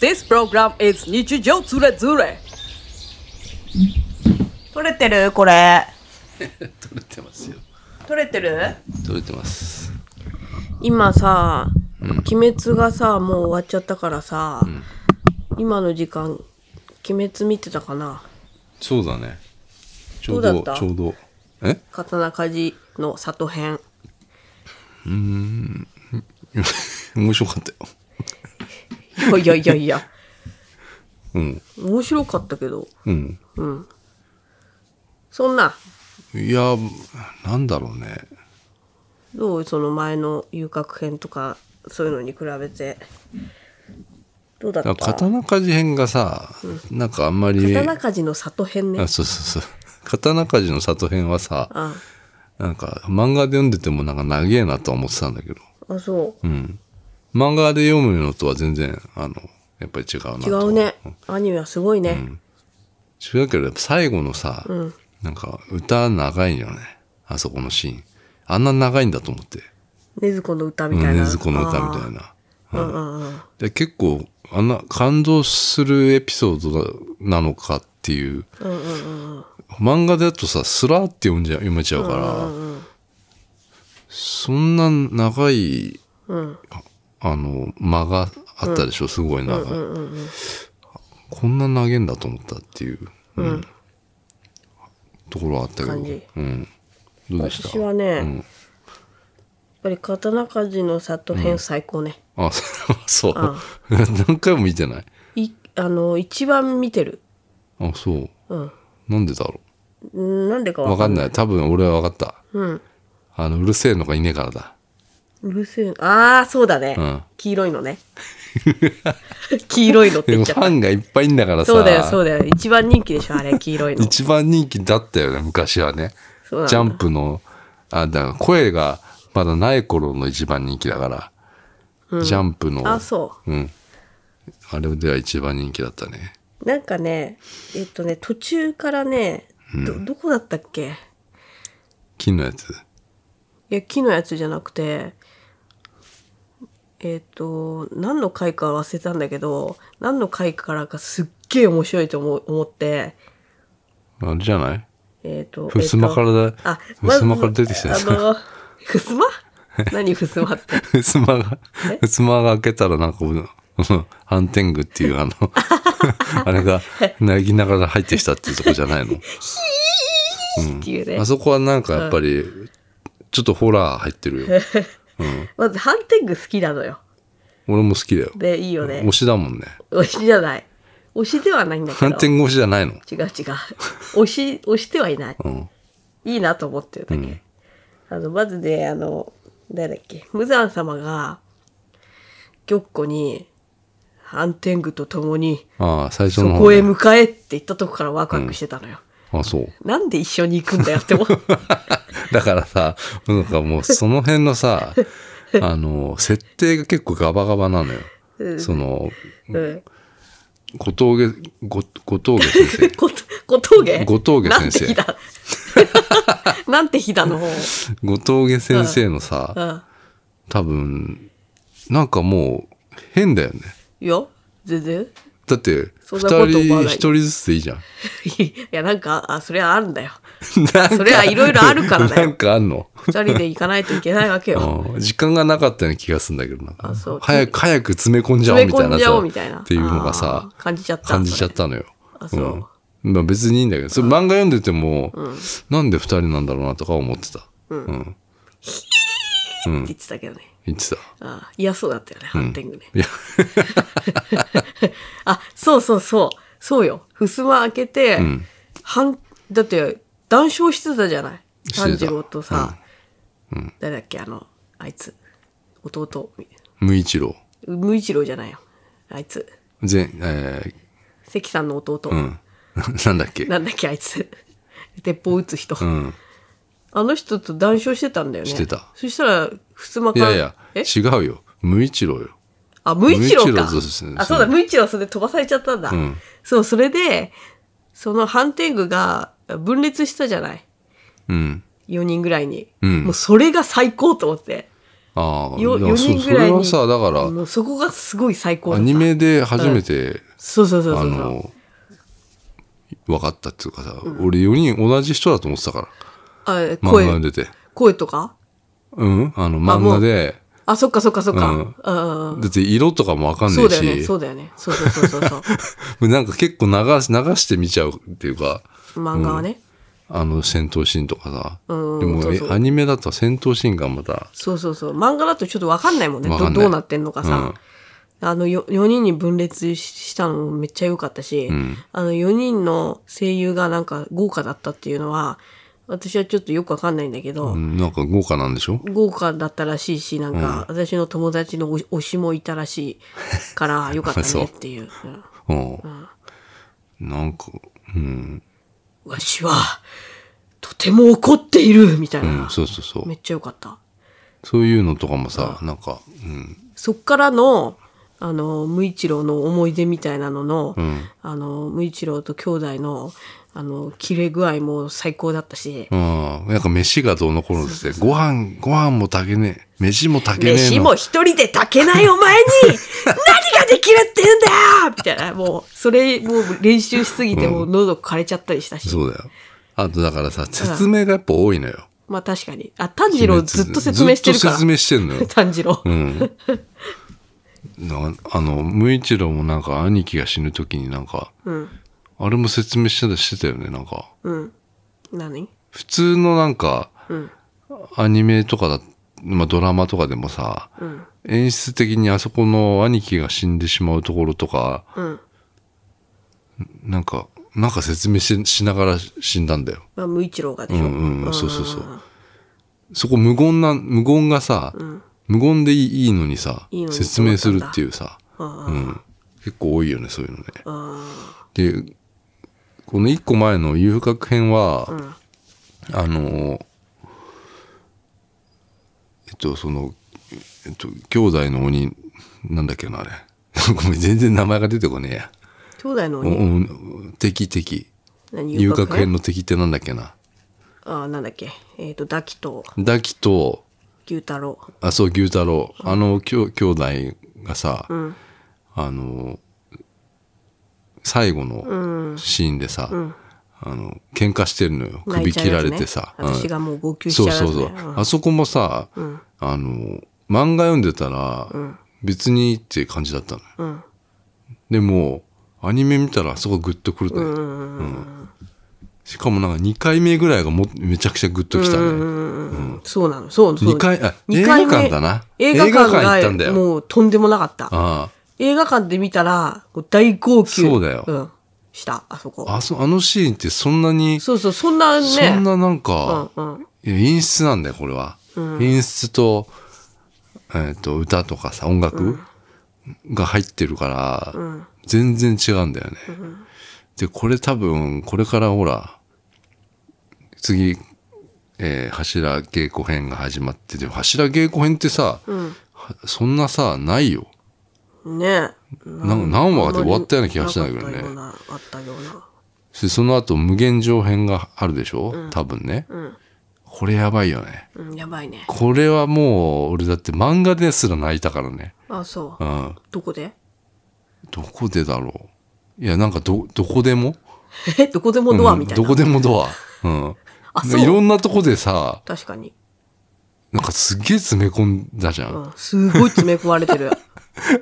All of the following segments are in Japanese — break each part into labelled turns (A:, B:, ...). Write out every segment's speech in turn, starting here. A: This program is 日常ズレズレ
B: 取れてるこれ
C: 取れてますよ
B: 取れてる
C: 取れてます
D: 今さ、
C: うん
D: 鬼滅がさ、もう終わっちゃったからさ、
C: ん
D: 今の時間、鬼滅見てたかな
C: そうだねちょう
D: ど
C: ど
D: うだった
C: ちょうどえ
D: 刀鍛冶の里編。
C: 面白かったよ
D: いやいやいやいや、
C: うん
D: 面白かったけど。
C: うん
D: そんな、
C: いやなんだろうね
D: どうその前の遊郭編とか、そういうのに比べて。どうだった
C: なんか刀鍛冶編がさ、なんかあんまり
D: 刀鍛冶の里編ね
C: あ。そうそうそう刀鍛冶の里編はさ
D: あ
C: なんか漫画で読んでてもなんか長えなとは思ってたんだけど
D: あ、そ
C: うん漫画で読むのとは全然あのやっぱり違うな
D: う。違
C: と
D: うね。アニメはすごいね。
C: 違うけど、やっぱ最後のさ、なんか歌長いよね。あそこのシーン。あんな長いんだと思って。
D: 禰豆子の歌みたいな。
C: ねずこの歌みたいな。
D: な。うんうんうん。
C: で結構、あんな感動するエピソードなのかっていう。漫画だとさ、スラーって読んじゃ読めちゃうから、そんな長い、ああの、間があったでしょ、すごい長い。こんな長いんだと思ったっていう、うんところはあったけど、
D: 感じ
C: うん、どうでした
D: 私はね、やっぱり刀鍛冶の里編最高ね、
C: あ、そう。 何回も見てない。
D: いあの一番見てる
C: あ、そう。
D: ん
C: なんでだろ
D: うんなんでか
C: う。わ
D: わ
C: か
D: かん
C: ん
D: ない
C: ない。多分俺はわかった。
D: うん
C: あの、うるせえのがいねえからだ。
D: うるせえああそうだね、
C: うん
D: 黄色いのね 黄色いのって
C: で
D: 言
C: も
D: っち
C: フ
D: ゃった
C: ァンがいっぱいいんだからさ。
D: そうだよそうだよ一番人気でしょあれ黄色いの
C: 一番人気だったよね、昔はね。
D: そうなんだ
C: ジャンプの、あ、だから声がまだない頃の一番人気だから。ジャンプの。。
D: あそう
C: ん。あれでは一番人気だったね。
D: うなんかねえっとね途中からねどどこだったっけ
C: 金のやつ。
D: いや木のやつじゃなくてえっ、と何の回か忘れたんだけど何の回からかすっげえ面白いと思う思って
C: あれじゃない
D: えっ、と
C: ふすまからだ
D: えっとあ
C: ふすまから出てきたやつ
D: あのふすま何ふすまって
C: ふすまが
D: え、
C: ふすまが開けたらなんか、ハンテングっていう あの、あれが、泣きながら入ってきたっていうとこじゃないの。
D: っていうね、
C: あそこはなんかやっぱり、ちょっとホラー入ってるよ。
D: まずハンテング好きなのよ
C: 俺も好きだよ。
D: でいいよね
C: 推しだもんね。
D: 推しじゃない推しではないんだけ
C: ハ
D: ど
C: ンテング推しじゃないの。
D: 違う違う推し推してはいない
C: うん。
D: いいなと思ってるだけ。
C: うん
D: あの、まずね、あの、誰だっけ、無惨様が、玉子に、ハンテングと共に、
C: ああ、最初
D: そ
C: の
D: こへ
C: 方、ね。
D: 向かえって言ったとこからワクワクしてたのよ。
C: あ、そう。
D: なんで一緒に行くんだよ って思う。
C: だからさ、なんかもうその辺のさ、あの、設定が結構ガバガバなのよ。
D: うん
C: その、
D: うん。
C: 小峠、ご小峠先 生。
D: こ小峠
C: 小峠先
D: なんて日
C: 生
D: だなんて日だの方。
C: 後峠先生のさ、
D: うん。
C: 多分なんかもう変だよね
D: いや、全然。
C: だって
D: そんなこと
C: 2
D: 思
C: 人
D: わ
C: 1
D: ない
C: 人ずつでいいじゃん
D: いや、なんか、あ、それはあるんだよ。
C: なんか
D: それはいろいろあるからだよ
C: なんかあんの
D: 二人で行かないといけないわけよ。
C: うん時間がなかったような気がするんだけどなんか
D: あそう
C: 早く早く詰め込んじゃおう
D: 詰
C: み
D: め
C: たい
D: 込
C: なん
D: じゃおうみたい
C: さ
D: な。
C: っていうのがさ
D: あー感じちゃった。
C: 感じちゃったのよ
D: あそう
C: うんまあ、別にいいんだけどそれ漫画読んでても、なんで2人なんだろうなとか思ってたうん、
D: って言ってたけどね。
C: 言ってた
D: ああ嫌そうだったよね、ハンテングね。
C: いや
D: あ、そうそうそう。そうよ。襖開けて、
C: ん
D: はん、だって、談笑してたじゃない。
C: してた
D: 炭治郎とさ、誰だっけ、あの、あいつ。弟。
C: 無一郎
D: 無一郎じゃないよ。あいつ。
C: 全え
D: 関さんの弟。
C: ー、うん なんだっけ
D: なんだっけ、あいつ。鉄砲撃つ人。
C: うん
D: あの人と談笑してたんだよね。
C: してた
D: そしたら、襖
C: い
D: から。
C: やいや、
D: え
C: 違うよ。無一郎よ。
D: あ、無一郎
C: 無一郎
D: か
C: そうですね。
D: あ、そうだ、無一郎それで飛ばされちゃったんだ。
C: ん
D: そう、それで、そのハンテングが分裂したじゃない。
C: うん。
D: 4人ぐらいに。
C: うん
D: もうそれが最高と思って。
C: ああ
D: よ
C: だからそ
D: 四人ぐらいに
C: それはさだか
D: もうそこがすごい最高だ
C: ら
D: っ
C: ア
D: た
C: ニメで初めて、
D: そうそうそう
C: あ
D: そう
C: の分かったっていうかさ、俺4人同じ人だと思ってたから
D: あえ
C: 漫画
D: 声
C: に出て
D: 声とか
C: うんあの
D: あ
C: 漫
D: もう
C: 画で
D: あそっかそっかそっか、
C: う
D: うんんうんうん
C: だって色とかも分かんな
D: そう
C: い
D: だよ
C: し
D: ね、そうだよね。そうそうそうそう そう。
C: なんか結構流し流して見ちゃうっていうか
D: 漫画はね。
C: あの戦闘シーンとかさ、
D: うん
C: でも
D: そうそう
C: えアニメだと戦闘シーンがまた
D: そうそうそう。漫画だとちょっとわかんないもんね。
C: わ
D: ど
C: かんない
D: どうなってんのかさ。あのよ4人に分裂ししたのもめっちゃ良かったし、
C: ん
D: あの4人の声優がなんか豪華だったっていうのは、私はちょっとよくわかんないんだけど、
C: うんなんか豪華なんでしょ
D: 豪華だったらしいし、なんか私の友達の推推しもいたらしいから、よかったねっていう。うん
C: うん、なんかうん、
D: わしは、とても怒っているみたいうな、
C: ん、そうそうそう
D: めっちゃ良かった。
C: そういうのとかもさ、なんか、うん、
D: そっからの、あの、無一郎の思い出みたいなのの、
C: ん
D: あの、無一郎と兄弟の、あの、切れ具合も最高だったし、
C: ああ、なんか飯がどうのこうのって言って、ご飯、ご飯も炊けねえ、飯も炊けねえの。
D: 飯も一人で炊けないお 前に、何ができるって言うんだよみたいな、もう、それ、もう練習しすぎて、もう喉枯れちゃったりしたし。
C: そうだよ。あとだからさ、説明がやっぱ多いのよ。
D: まあ確かに。あ、炭治郎ずっと説明してるから。。
C: ずっと説明してんの よ
D: 炭治郎。
C: うん。なあの、無一郎もなんか兄貴が死ぬときになんか、あれも説明してたしてたよね、なんか。
D: 何
C: 普通のなんか、アニメとかだ、まあドラマとかでもさ、演出的にあそこの兄貴が死んでしまうところとか、
D: うん。
C: なんか、なんか説明ししながら死んだんだよ。
D: まあ、無一郎がで
C: う
D: しょ。
C: んうんうん、そうそうそう。そこ無言な、無言がさ、無言でいいいいのにさ
D: いいのに
C: 説明するっていうさ、
D: うん
C: う
D: うん
C: ん、結構多いよね、そういうのね。
D: あ
C: で、この一個前の遊郭編は、
D: ん
C: あの、えっと、その、えっと、兄弟の鬼、なんだっけな、あれ。 ごめん、全然名前が出てこねえや。
D: ー兄弟の
C: お
D: 鬼
C: お敵敵。
D: 何
C: 遊郭編
D: の
C: の敵ってなんだっけな。
D: あーなんだっけえっ、とダキと
C: ダキと、
D: 牛太郎
C: あ、そう、牛太郎。あの、きょ兄弟がさ、
D: ん
C: あの、最後のシーンでさ、あの、喧嘩してるのよ。
D: 泣
C: 首
D: いちゃう
C: 切
D: や
C: ら
D: つね
C: れてさ。うん
D: 私がもう号泣し
C: そ
D: ち
C: う
D: ゃう
C: そ
D: や
C: う
D: つ
C: そ
D: ね
C: う。あそこもさ、あの、漫画読んでたら、別にって感じだったのよ。
D: うん
C: でも、アニメ見たらあそこグッとくるね。
D: うんうんうんうん
C: しかもなんか2回目ぐらいがもめちゃくちゃグッときたね。
D: うんそうなのそうそう
C: 二回あ
D: 二回目
C: 映画館だな
D: 映画館
C: 映画館行ったんだ
D: が
C: よ
D: もうとんでもなかった
C: あ
D: 映画館で見たらこう大号泣
C: そうだよ
D: ん、したあそこ
C: あ、あそあのシーンってそんなに、
D: そうそうそんなね
C: そんななんか、
D: うんうん
C: いや演出なんだよ、これは。演出と、えっ、と、歌とかさ、音楽が入ってるから、全然違うんだよね。で、これ多分、これからほら、次、えー柱稽古編が始まって、でも柱稽古編ってさ、はそんなさ、ないよ。
D: ね
C: なん何話かで終わったような気がしたんだけど
D: な
C: ね
D: かったようなあったような
C: でその後、無限上編があるでしょ、多分ね、これやばいよね。
D: うんやばいね
C: これはもう、俺だって漫画ですら泣いたからね。
D: あそう
C: うん。
D: どこで
C: どこでだろう。いや、なんかど、どこでも
D: えどこでもドアみたいな、
C: うんどこで もドア。うん。
D: あ
C: で
D: そう
C: いろんなとこでさ、
D: 確かに、
C: なんかすげえ詰め込んだじゃん。
D: うん、すごい詰め込まれてる、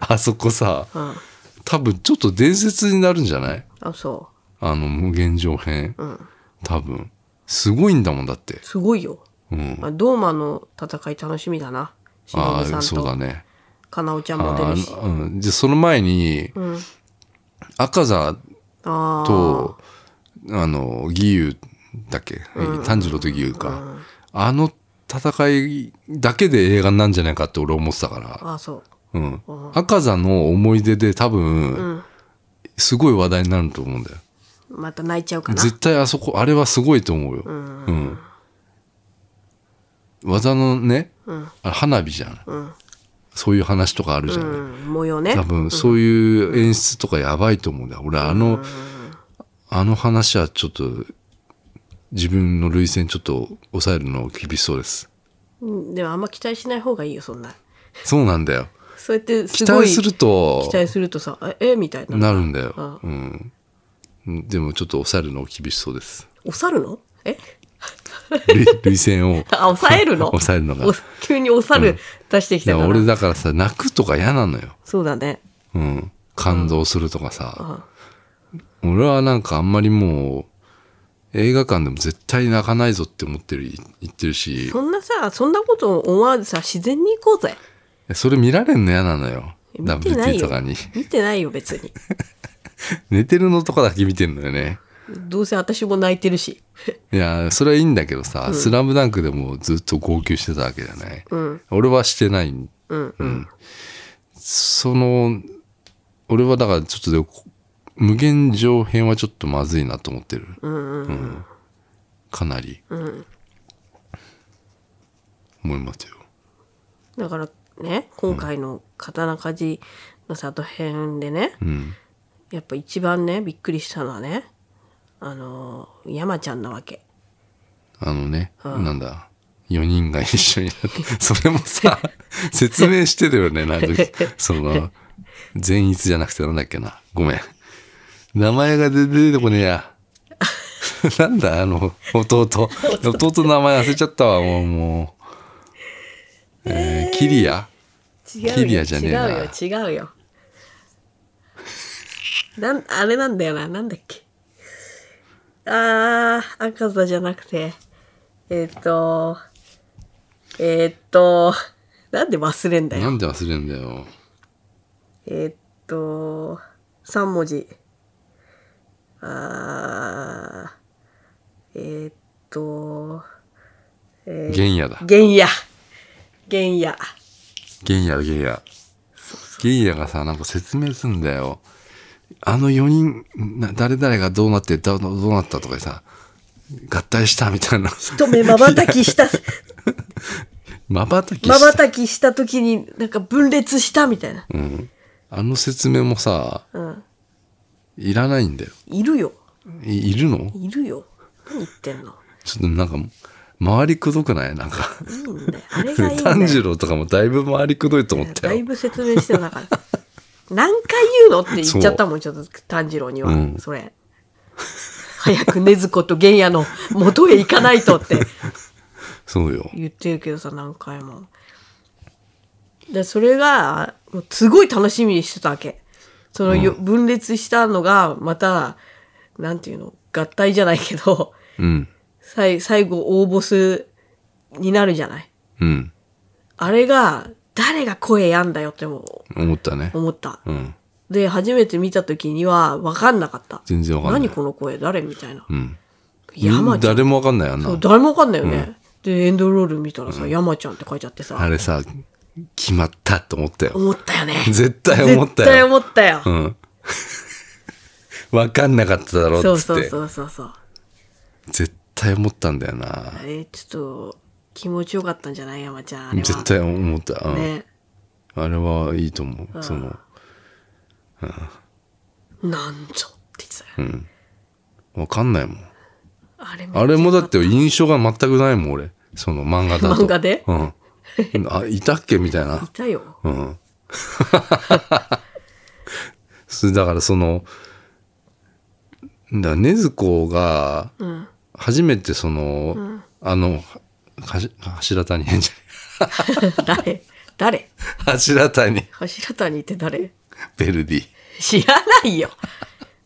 C: あそこさ、
D: うん、
C: 多分ちょっと伝説になるんじゃない
D: あそ
C: あの、無限上編。
D: う、うん、
C: 多分。すごいんだもんだって。
D: すごいよ、
C: うん。
D: あ、ドーマの戦い楽しみだなしの
C: あ
D: ぶ
C: あ、
D: さ
C: そ
D: ん
C: うだ
D: と
C: ね。
D: かなおちゃんも出
C: あ
D: るし
C: あ、うん。で、その前に、
D: ん
C: 赤座
D: あー
C: と、あの、義勇だっけ、炭治郎と義勇か、あの戦いだけで映画なんじゃないかって俺思ってたから。
D: あそう
C: うん。赤座の思い出で多分、すごい話題になると思うんだよ。
D: また泣いちゃうかな
C: 絶対あそこ、あれはすごいと思うよ。うん。技のね、あれ花火じゃん,、そういう話とかあるじゃ
D: うんん模様ね
C: 多分そういう演出とかやばいと思うんだよ。俺あの、あの話はちょっと自分の涙腺ちょっと抑えるの厳しそうです。
D: うんでもあんま期待しない方がいいよそんな
C: そうなんだよ。
D: そうやってす
C: 期
D: ごい
C: 待すると
D: 期、待するとさええみたいな
C: なるんだよ。
D: あ
C: うん。でもちょっと抑えるの厳しそうです。
D: おさるのえ
C: 類類線を。
D: あ抑えるの
C: 抑えるのが
D: お。急におさ
C: うん
D: る出してき
C: い
D: た
C: や
D: から、
C: 俺だからさ、泣くとか嫌なのよ。
D: そうだね
C: うん。感動するとかさ。俺はなんかあんまりもう、映画館でも絶対泣かないぞって思ってる、言ってるし、
D: そんなさそんなこと思わずさ自然に行こうぜ
C: それ見られんの嫌なのよ。
D: 見てない
C: WT
D: よ
C: とかに。
D: 見てないよ別に
C: 寝てるのとかだけ見てんのよね。
D: どうせ私も泣いてるし
C: いや、それはいいんだけどさ、スラムダンクでもずっと号泣してたわけじゃない。俺はしてない。
D: うん
C: うんその、俺はだからちょっとでもこ無限上編はちょっとまずいなと思ってる。うんかなり。思いますよ。
D: だからね今回の刀鍛冶の里編でね、
C: うん。
D: やっぱ一番ねびっくりしたのはねあのー山ちゃんなわけ
C: あのね、なんだ。4人が一緒になって、 それも さ、説明してるよね、なんか、その、善逸じゃなくてなんだっけな。ごめん。名前が出出てこねえや。 なんだ、あの、弟。弟の名前忘れちゃったわ、もう、もう。えー、キリア
D: 違うよ
C: キリアじゃねえな
D: 違うよ違うよ なんあれなんだよななんだっけあー赤座じゃなくてえーっ、とえーっ、となんで忘れんだ
C: な
D: よ
C: んで忘れるんだよ。
D: えーっ、と3文字あーえーっ、と
C: 玄野だ。
D: 玄野玄野
C: 玄野だ、玄野。玄野がさ、なんか説明すんだよ。あの4人、な誰々がどうなって、どうどうなったとかさ、合体したみたいな。
D: 一目まばたきした
C: まばたきした
D: まばたきした時になんか分裂したみたいな、
C: うん。あの説明もさ、
D: うん、
C: いらないんだよ。
D: いるよ
C: いいるの
D: いるよ何言ってんの
C: ちょっとなんか、回りくどくないなんか。
D: いいんだよあれがいいんだ
C: 炭治
D: よ
C: 郎とかもだいぶ回りくどいと思った
D: だい
C: よ。
D: ぶ説明してなかった 何回言うのって言っちゃったもんちょっと炭治郎には、
C: うん
D: それ早く禰豆子と玄野の元へ行かないとって
C: そうよ。
D: 言ってるけどさ何回もでそれがもうすごい楽しみにしてたわけそのよ、分裂したのがまたなんていうの合体じゃないけど
C: うん。
D: 最最後大ボスになるじゃない
C: うん。
D: あれが誰が声やんだよっても
C: 思ったね。
D: 思った
C: うん。
D: で初めて見た時には分かんなかった
C: 全然わかんない
D: 何この声誰みたいな、
C: うん。
D: 山ちゃん
C: 誰もわかんないよな
D: そう。誰も分かんないよね、でエンドロール見たらさ、山ちゃんって書いちゃってさ
C: あれさ、決まったと思ったよ。
D: 思ったよね
C: 絶対思った
D: 絶
C: よ。
D: 対思ったよ。
C: うん。わかんなかっただろ
D: そう
C: っつって。
D: そうそうそうそう。
C: 絶対思ったんだよな
D: あ。れちょっと気持ちよかったんじゃない山ちゃんあれは。
C: 絶対思った。うん。
D: ね。
C: あれはいいと思う。その、
D: なんぞって言ってたよ。
C: わかんないもん。
D: あれ
C: あれもだって印象が全くないもん、俺。その漫画だと。
D: 漫画で。
C: うん。あ、いたっけみたいない
D: たよ。
C: うん。 そだからその、だねずこが、初めてその、あの、はし柱谷変じ
D: 誰誰
C: ゃない柱谷、
D: 柱谷って誰
C: ベルディ。
D: 知らないよ。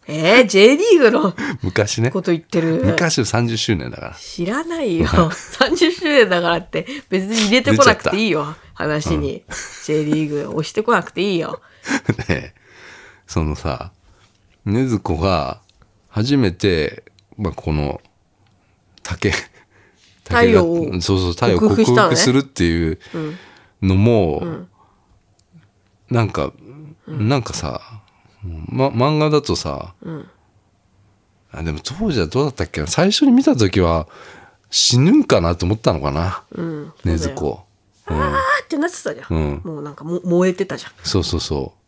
D: えー、J リーグの
C: 昔ね。
D: こと言ってる。
C: 昔の30周年だから。
D: 知らないよ。30周年だからって別に入れてこなくていいよ。話に。J リーグ押してこなくていいよ。
C: で、そのさ、ねずこが、初めて、まあ、この、竹、
D: 太陽を
C: 竹がそうそう、太陽を
D: 克
C: 克
D: 服したのね
C: 服するっていうのも、なんか、なんかさ、ま、漫画だとさ、あでも当時はどうだったっけな最初に見た時は、死ぬんかなと思ったのかな、
D: うん。
C: ねずこ。
D: あーってなってたじゃん。
C: うん
D: もうなんかも燃えてたじゃん。
C: そうそうそう。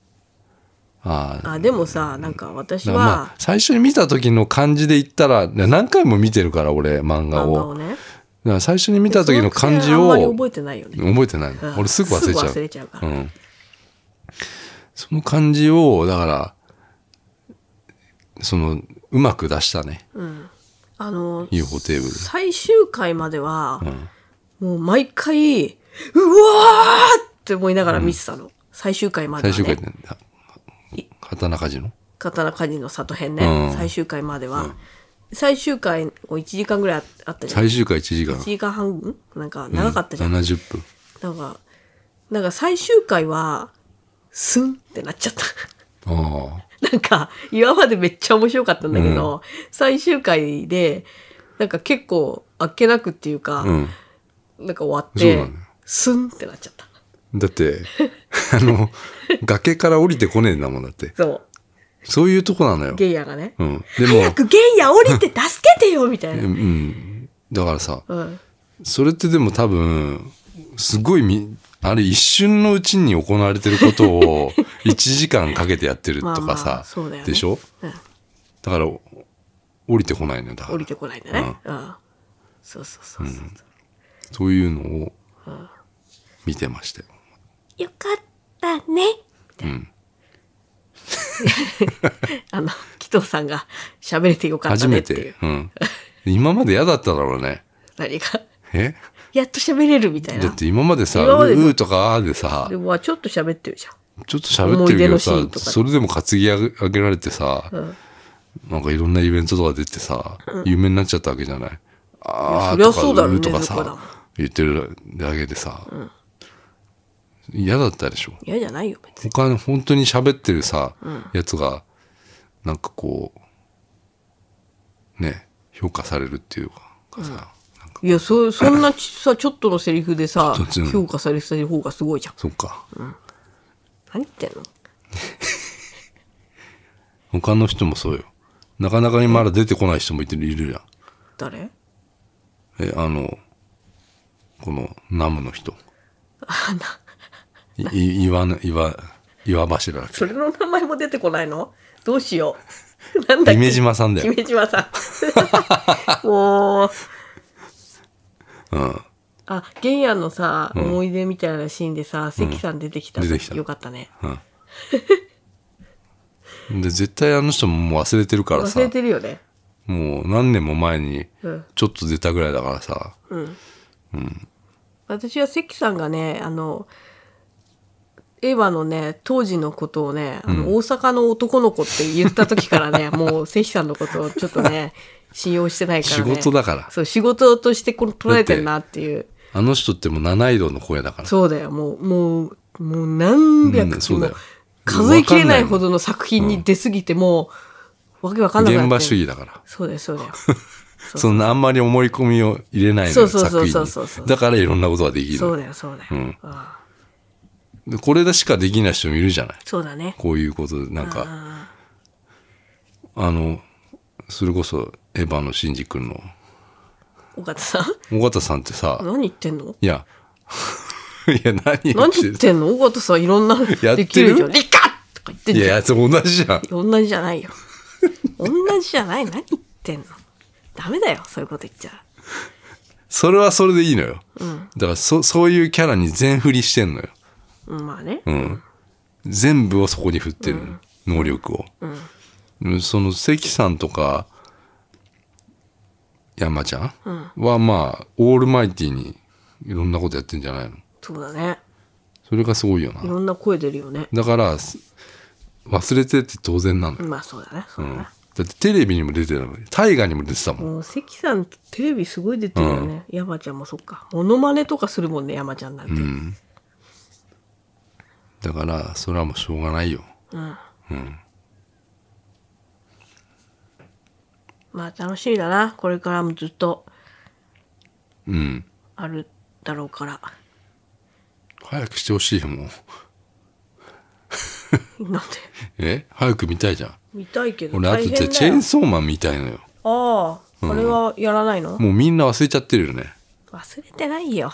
C: ああ、
D: あでもさなんか私
C: だからまあ
D: は
C: 最初に見た時の感じで言ったらな何回も見てるから俺漫画
D: 漫
C: を
D: 画をね
C: だから最初に見た時の漢字
D: その癖あんまり
C: を
D: 覚えてないよね。
C: 覚えてないの、
D: うん
C: 俺すぐ忘れちゃう
D: すぐ忘れちゃうから
C: ん、その感じをだからそのうまく出したね、
D: あの、
C: UFO テーブル
D: 最終回までは、
C: うん
D: もう毎回、うわーって思いながら見てたの。最終回まで
C: 最
D: は、ね。
C: 終回ってあ刀鍛冶の
D: 刀鍛冶の里編ね、
C: うん
D: 最終回までは、最終回を1時間ぐらいあったじゃん1
C: 最終回1時間
D: 時間半んなんか長かったじゃん、
C: うん70分
D: なんかなんか最終回はスンってなっちゃった
C: ああ
D: なんか今までめっちゃ面白かったんだけど、最終回でなんか結構あっけなくっていうか、
C: うん
D: なんか終わっ
C: そう
D: て、
C: なのよ
D: スンってなっちゃった
C: だってあの崖から降りてこねえんだもんだって
D: そ
C: そういうとこなのよ
D: う、ゲイヤがね、
C: うん、でも
D: 早くゲイヤ降りて助けてよみたいな、
C: うん、だからさ、
D: うん、
C: それってでも多分すごいみあれ一瞬のうちに行われてること を1時間かけてやってるとか
D: まあまあ
C: さ
D: そうだよね
C: でしょ
D: うん
C: だからお降りてこないのよだか
D: 降り
C: ら
D: てこないんだね。うん。そうそうそうそう。
C: そういうのを見てましたよ
D: よかったね。
C: うん、
D: あの、紀藤さんが喋れてよかった
C: 初
D: ね
C: め
D: って
C: て
D: いう。
C: うん、今まで嫌だっただろうね
D: 何か、
C: え
D: やっと喋れるみたい
C: だ
D: な
C: っ。て今までさ「
D: 今ま
C: う
D: でさ
C: ー」とか「あー」でさ
D: でも、まあちょっと喋ってるじゃ
C: ちょっと喋ってるけどさ
D: 思い出のシーンとか
C: それでも担ぎ上げ上げられてさ、
D: ん
C: なんかいろんなイベントとか出てさ、有名になっちゃったわけじゃない。ああ
D: いやそりゃそうだろうね
C: とか
D: ずっとだもん
C: さ、言ってるだけでさ、嫌だったでしょ。
D: ん。嫌じゃないよ、別に。
C: 他の本当に喋ってるさ、やつが、なんかこう、ね、評価されるっていうかさ、なんか
D: いや、そ、そんなちさ、ちょっとのセリフでさ
C: ちょっとう、ん
D: 評価されてた方がすごいじゃん。
C: そっか、
D: 何言ってんの
C: 他の人もそうよ。なかなかにまだ出てこない人もいてるいるじゃん。
D: 誰
C: え、あの、この、ナムの人。いい岩の、岩、岩 柱だっけ
D: それの名前も出てこないのどうしよう。 なんだっけ
C: 姫島さんだよ。
D: 姫島さん。 もう。
C: うん。
D: あ、玄野のさ、思い出みたいなシーンでさ、関さん出てきた。
C: 出てきた
D: よかったね。
C: うん。で、絶対あの人ももう忘れてるから
D: 忘
C: さ
D: れ、てるよね。
C: もう何年も前に
D: うん、
C: ちょっと出たぐらいだからさ、
D: 私は関さんがね、あの、エヴァのね、当時のことをね、あの大阪の男の子って言った時から ね、もう関さんのことをちょっとね、信用してないからね。
C: 仕事だから
D: そう、仕事としてこの捉えてるなっていう。
C: あの人ってもう七色の声だから。
D: そうだよ、もう、もう、もう何
C: う
D: 百
C: ん
D: 期
C: そう
D: も
C: だよ
D: 数えきれないほどの作品に出すぎて、もう、わけわかんなくなって
C: 現場主義だから。
D: そうだよ、そうだよ。
C: そんなあんまり思い込みを入れないの
D: そう
C: よ、
D: そうそう
C: 作
D: そうそう
C: 品に。だからいろんなことができる。
D: そうだよ、そうだよ。
C: ん
D: ああ
C: でこれでしかできない人もいるじゃない。
D: そうだ ね。
C: こういうことで、なんか、
D: ああ
C: あの、それこそ、エヴァのシンジ君の、
D: 尾形さん
C: 尾形さんってさ、
D: 何言ってんの
C: い や、いや、何言
D: 何
C: って
D: 言ってんの尾形さんいろんなの
C: てる
D: できるじゃん。リカッとか言ってん
C: い
D: じゃん。
C: や、それ同じじゃん。
D: 同じじゃないよ。同じじゃない。何言ってんのダメだよ、そういうこと言っちゃ。
C: それはそれでいいのよ。だから、そ、そういうキャラに全振りしてんのよ。
D: うんまあね。
C: うん。全部をそこに振ってるの、能力を。うんその、関さんとか、山ちゃん、は、まあ、オールマイティにいろんなことやってんじゃないの
D: そうだね。
C: それがすごいよな。
D: いろんな声出るよね。
C: だからす忘れてって当然なのよ、
D: まあそうだね。そううだ
C: ん、
D: ね
C: だってテレビにも出てたの大河にも出てたもん
D: もう関さんテレビすごい出てるよね、山ちゃんもそっかモノマネとかするもんね山ちゃんなんて、
C: だからそれはもうしょうがないよ
D: まあ楽しみだなこれからもずっと
C: うん
D: あるだろうから
C: 早くしてほしいよもう
D: なんで
C: え早く見たいじゃん
D: 見たいけど
C: 俺あと
D: 大
C: じ
D: 変だ
C: ゃ
D: よ
C: あチェーンソーマン見たいのよ
D: ああ、あれはやらないの
C: もうみんな忘れちゃってるよね
D: 忘れてないよ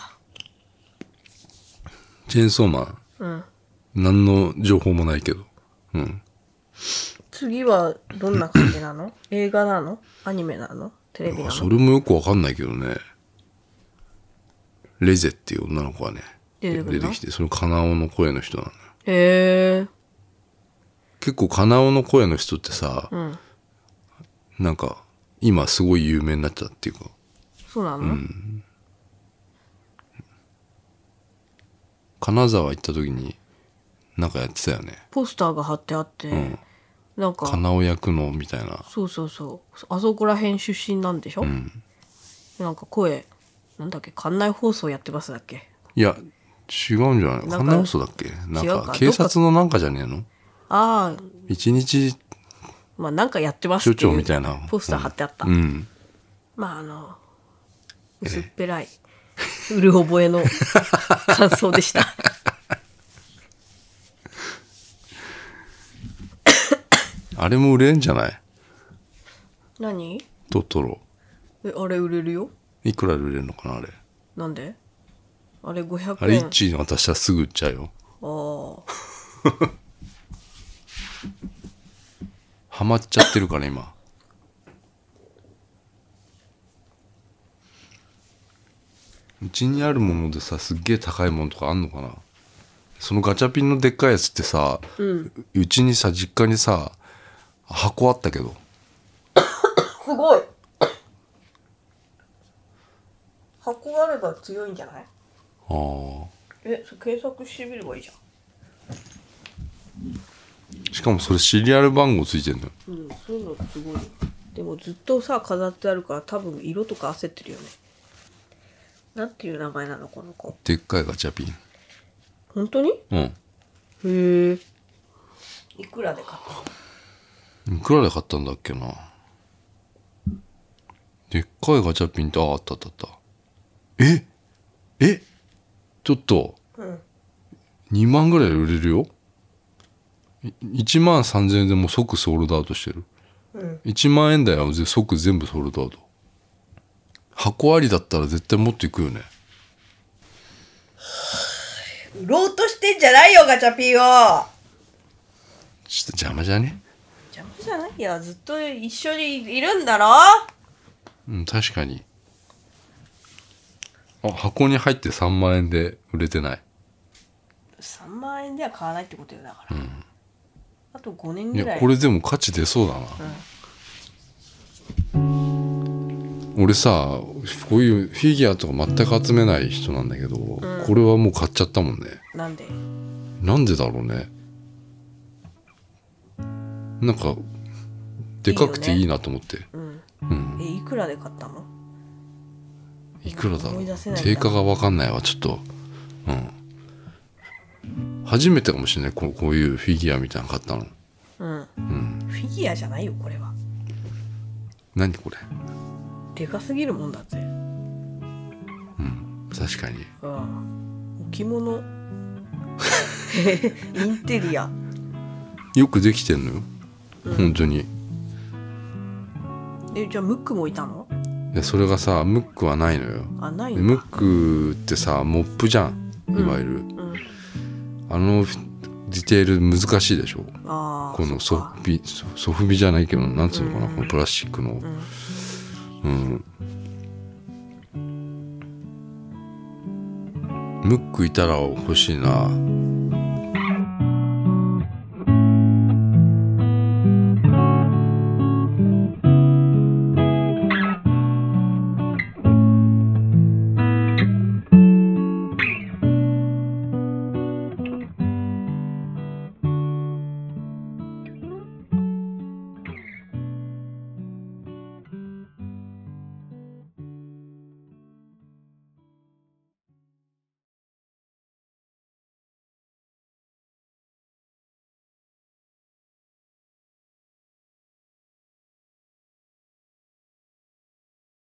C: チェーンソーマン、何の情報もないけどうん
D: 次はどんな感 じなの映画なのアニメなのテレビな
C: そ
D: の
C: れもよくわかんないけどねレゼっていう女の子がね
D: 出てくるの
C: きてそのカナオの声の人なのよ
D: へえ
C: 結構カナオの声の人ってさ、なんか今すごい有名になっちゃったっていうか
D: そうなの、
C: 金沢行った時になんかやってたよね
D: ポスターが貼ってあって、
C: ん
D: なんか
C: カナオ役のみたいな
D: そうそうそうあそこら辺出身なんでしょ、
C: ん
D: なんか声なんだっけ館内放送やってますだっけ
C: いや違うんじゃない
D: か
C: カナオソだっけなん
D: 違う
C: か
D: か
C: 警察のなんかじゃねえの
D: ああ
C: 一日
D: まあなんかやってます
C: 署
D: って
C: 長
D: い
C: みたいうな
D: ポスター貼ってあった、
C: うん
D: まああの薄っぺらい、うる覚え の感想でした
C: あれも売れんじゃない
D: 何
C: トトロ
D: えあれ売れるよ
C: いくらで売れるのかなあれ
D: なんであれ500円
C: あれ1位渡したらすぐ売っちゃうよ
D: ああ
C: ハマっちゃってるから今うちにあるものでさすっげえ高いものとかあんのかなそのガチャピンのでっかいやつってさ、うちにさ実家にさ箱あったけど
B: すごい 箱あれば強いんじゃない
C: あー
B: え、それ検索してみればいいじゃん。
C: しかもそれシリアル番号ついてんのよ
D: うんそういうのすごいよでもずっとさ飾ってあるから多分色とか焦ってるよねなんていう名前なのこの子
C: でっかいガチャピン
D: 本当に
C: うん
D: へえ
B: いくらで買った
C: いくらで買ったんだっけなでっかいガチャピンってああったあったあったええちょっと、2万ぐらいで売れるよい1万3000円でもう即ソールドアウトしてる、1万円台はぜ即全部ソールドアウト箱ありだったら絶対もっといくよね
B: 売ろうとしてんじゃないよ、ガチャピンを
C: ちょっと邪魔じゃね
B: 邪魔じゃないや、ずっと一緒にいるんだろ
C: うん確かにあ箱に入って3万円で売れてない
B: ?3 万円では買わないってことよ、だから。あと5年
C: い
B: ぐら
C: や
B: い。
C: これでも価値出そうだな、俺さこういうフィギュアとか全く集めない人なんだけど、これはもう買っちゃったもんね
D: なんで
C: なんでだろうねなんかでかくていいなと思って
D: えいくらで買ったの
C: いくらだろ
D: 思
C: う
D: い出せないな
C: 定価が分かんないわちょっとうん初めてかもしれないこうこういうフィギュアみたいなの買ったの
D: フィギュアじゃないよこれは
C: 何これ
D: でかすぎるもんだって
C: 確かに
D: うん置物 インテリア
C: よくできてんのよ、本当に
D: えじゃあムックもいたの
C: でそれがさムックはないのよ
D: あない
C: で
D: んだ
C: ムックってさモップじゃんいわゆる、あのフィディテール難しいでしょ
D: ああ
C: この
D: そ
C: ソ
D: っ
C: フ
D: か
C: ビソソフビじゃないけどなんつうのかな、このプラスチックのうん、ムックいたら欲しいな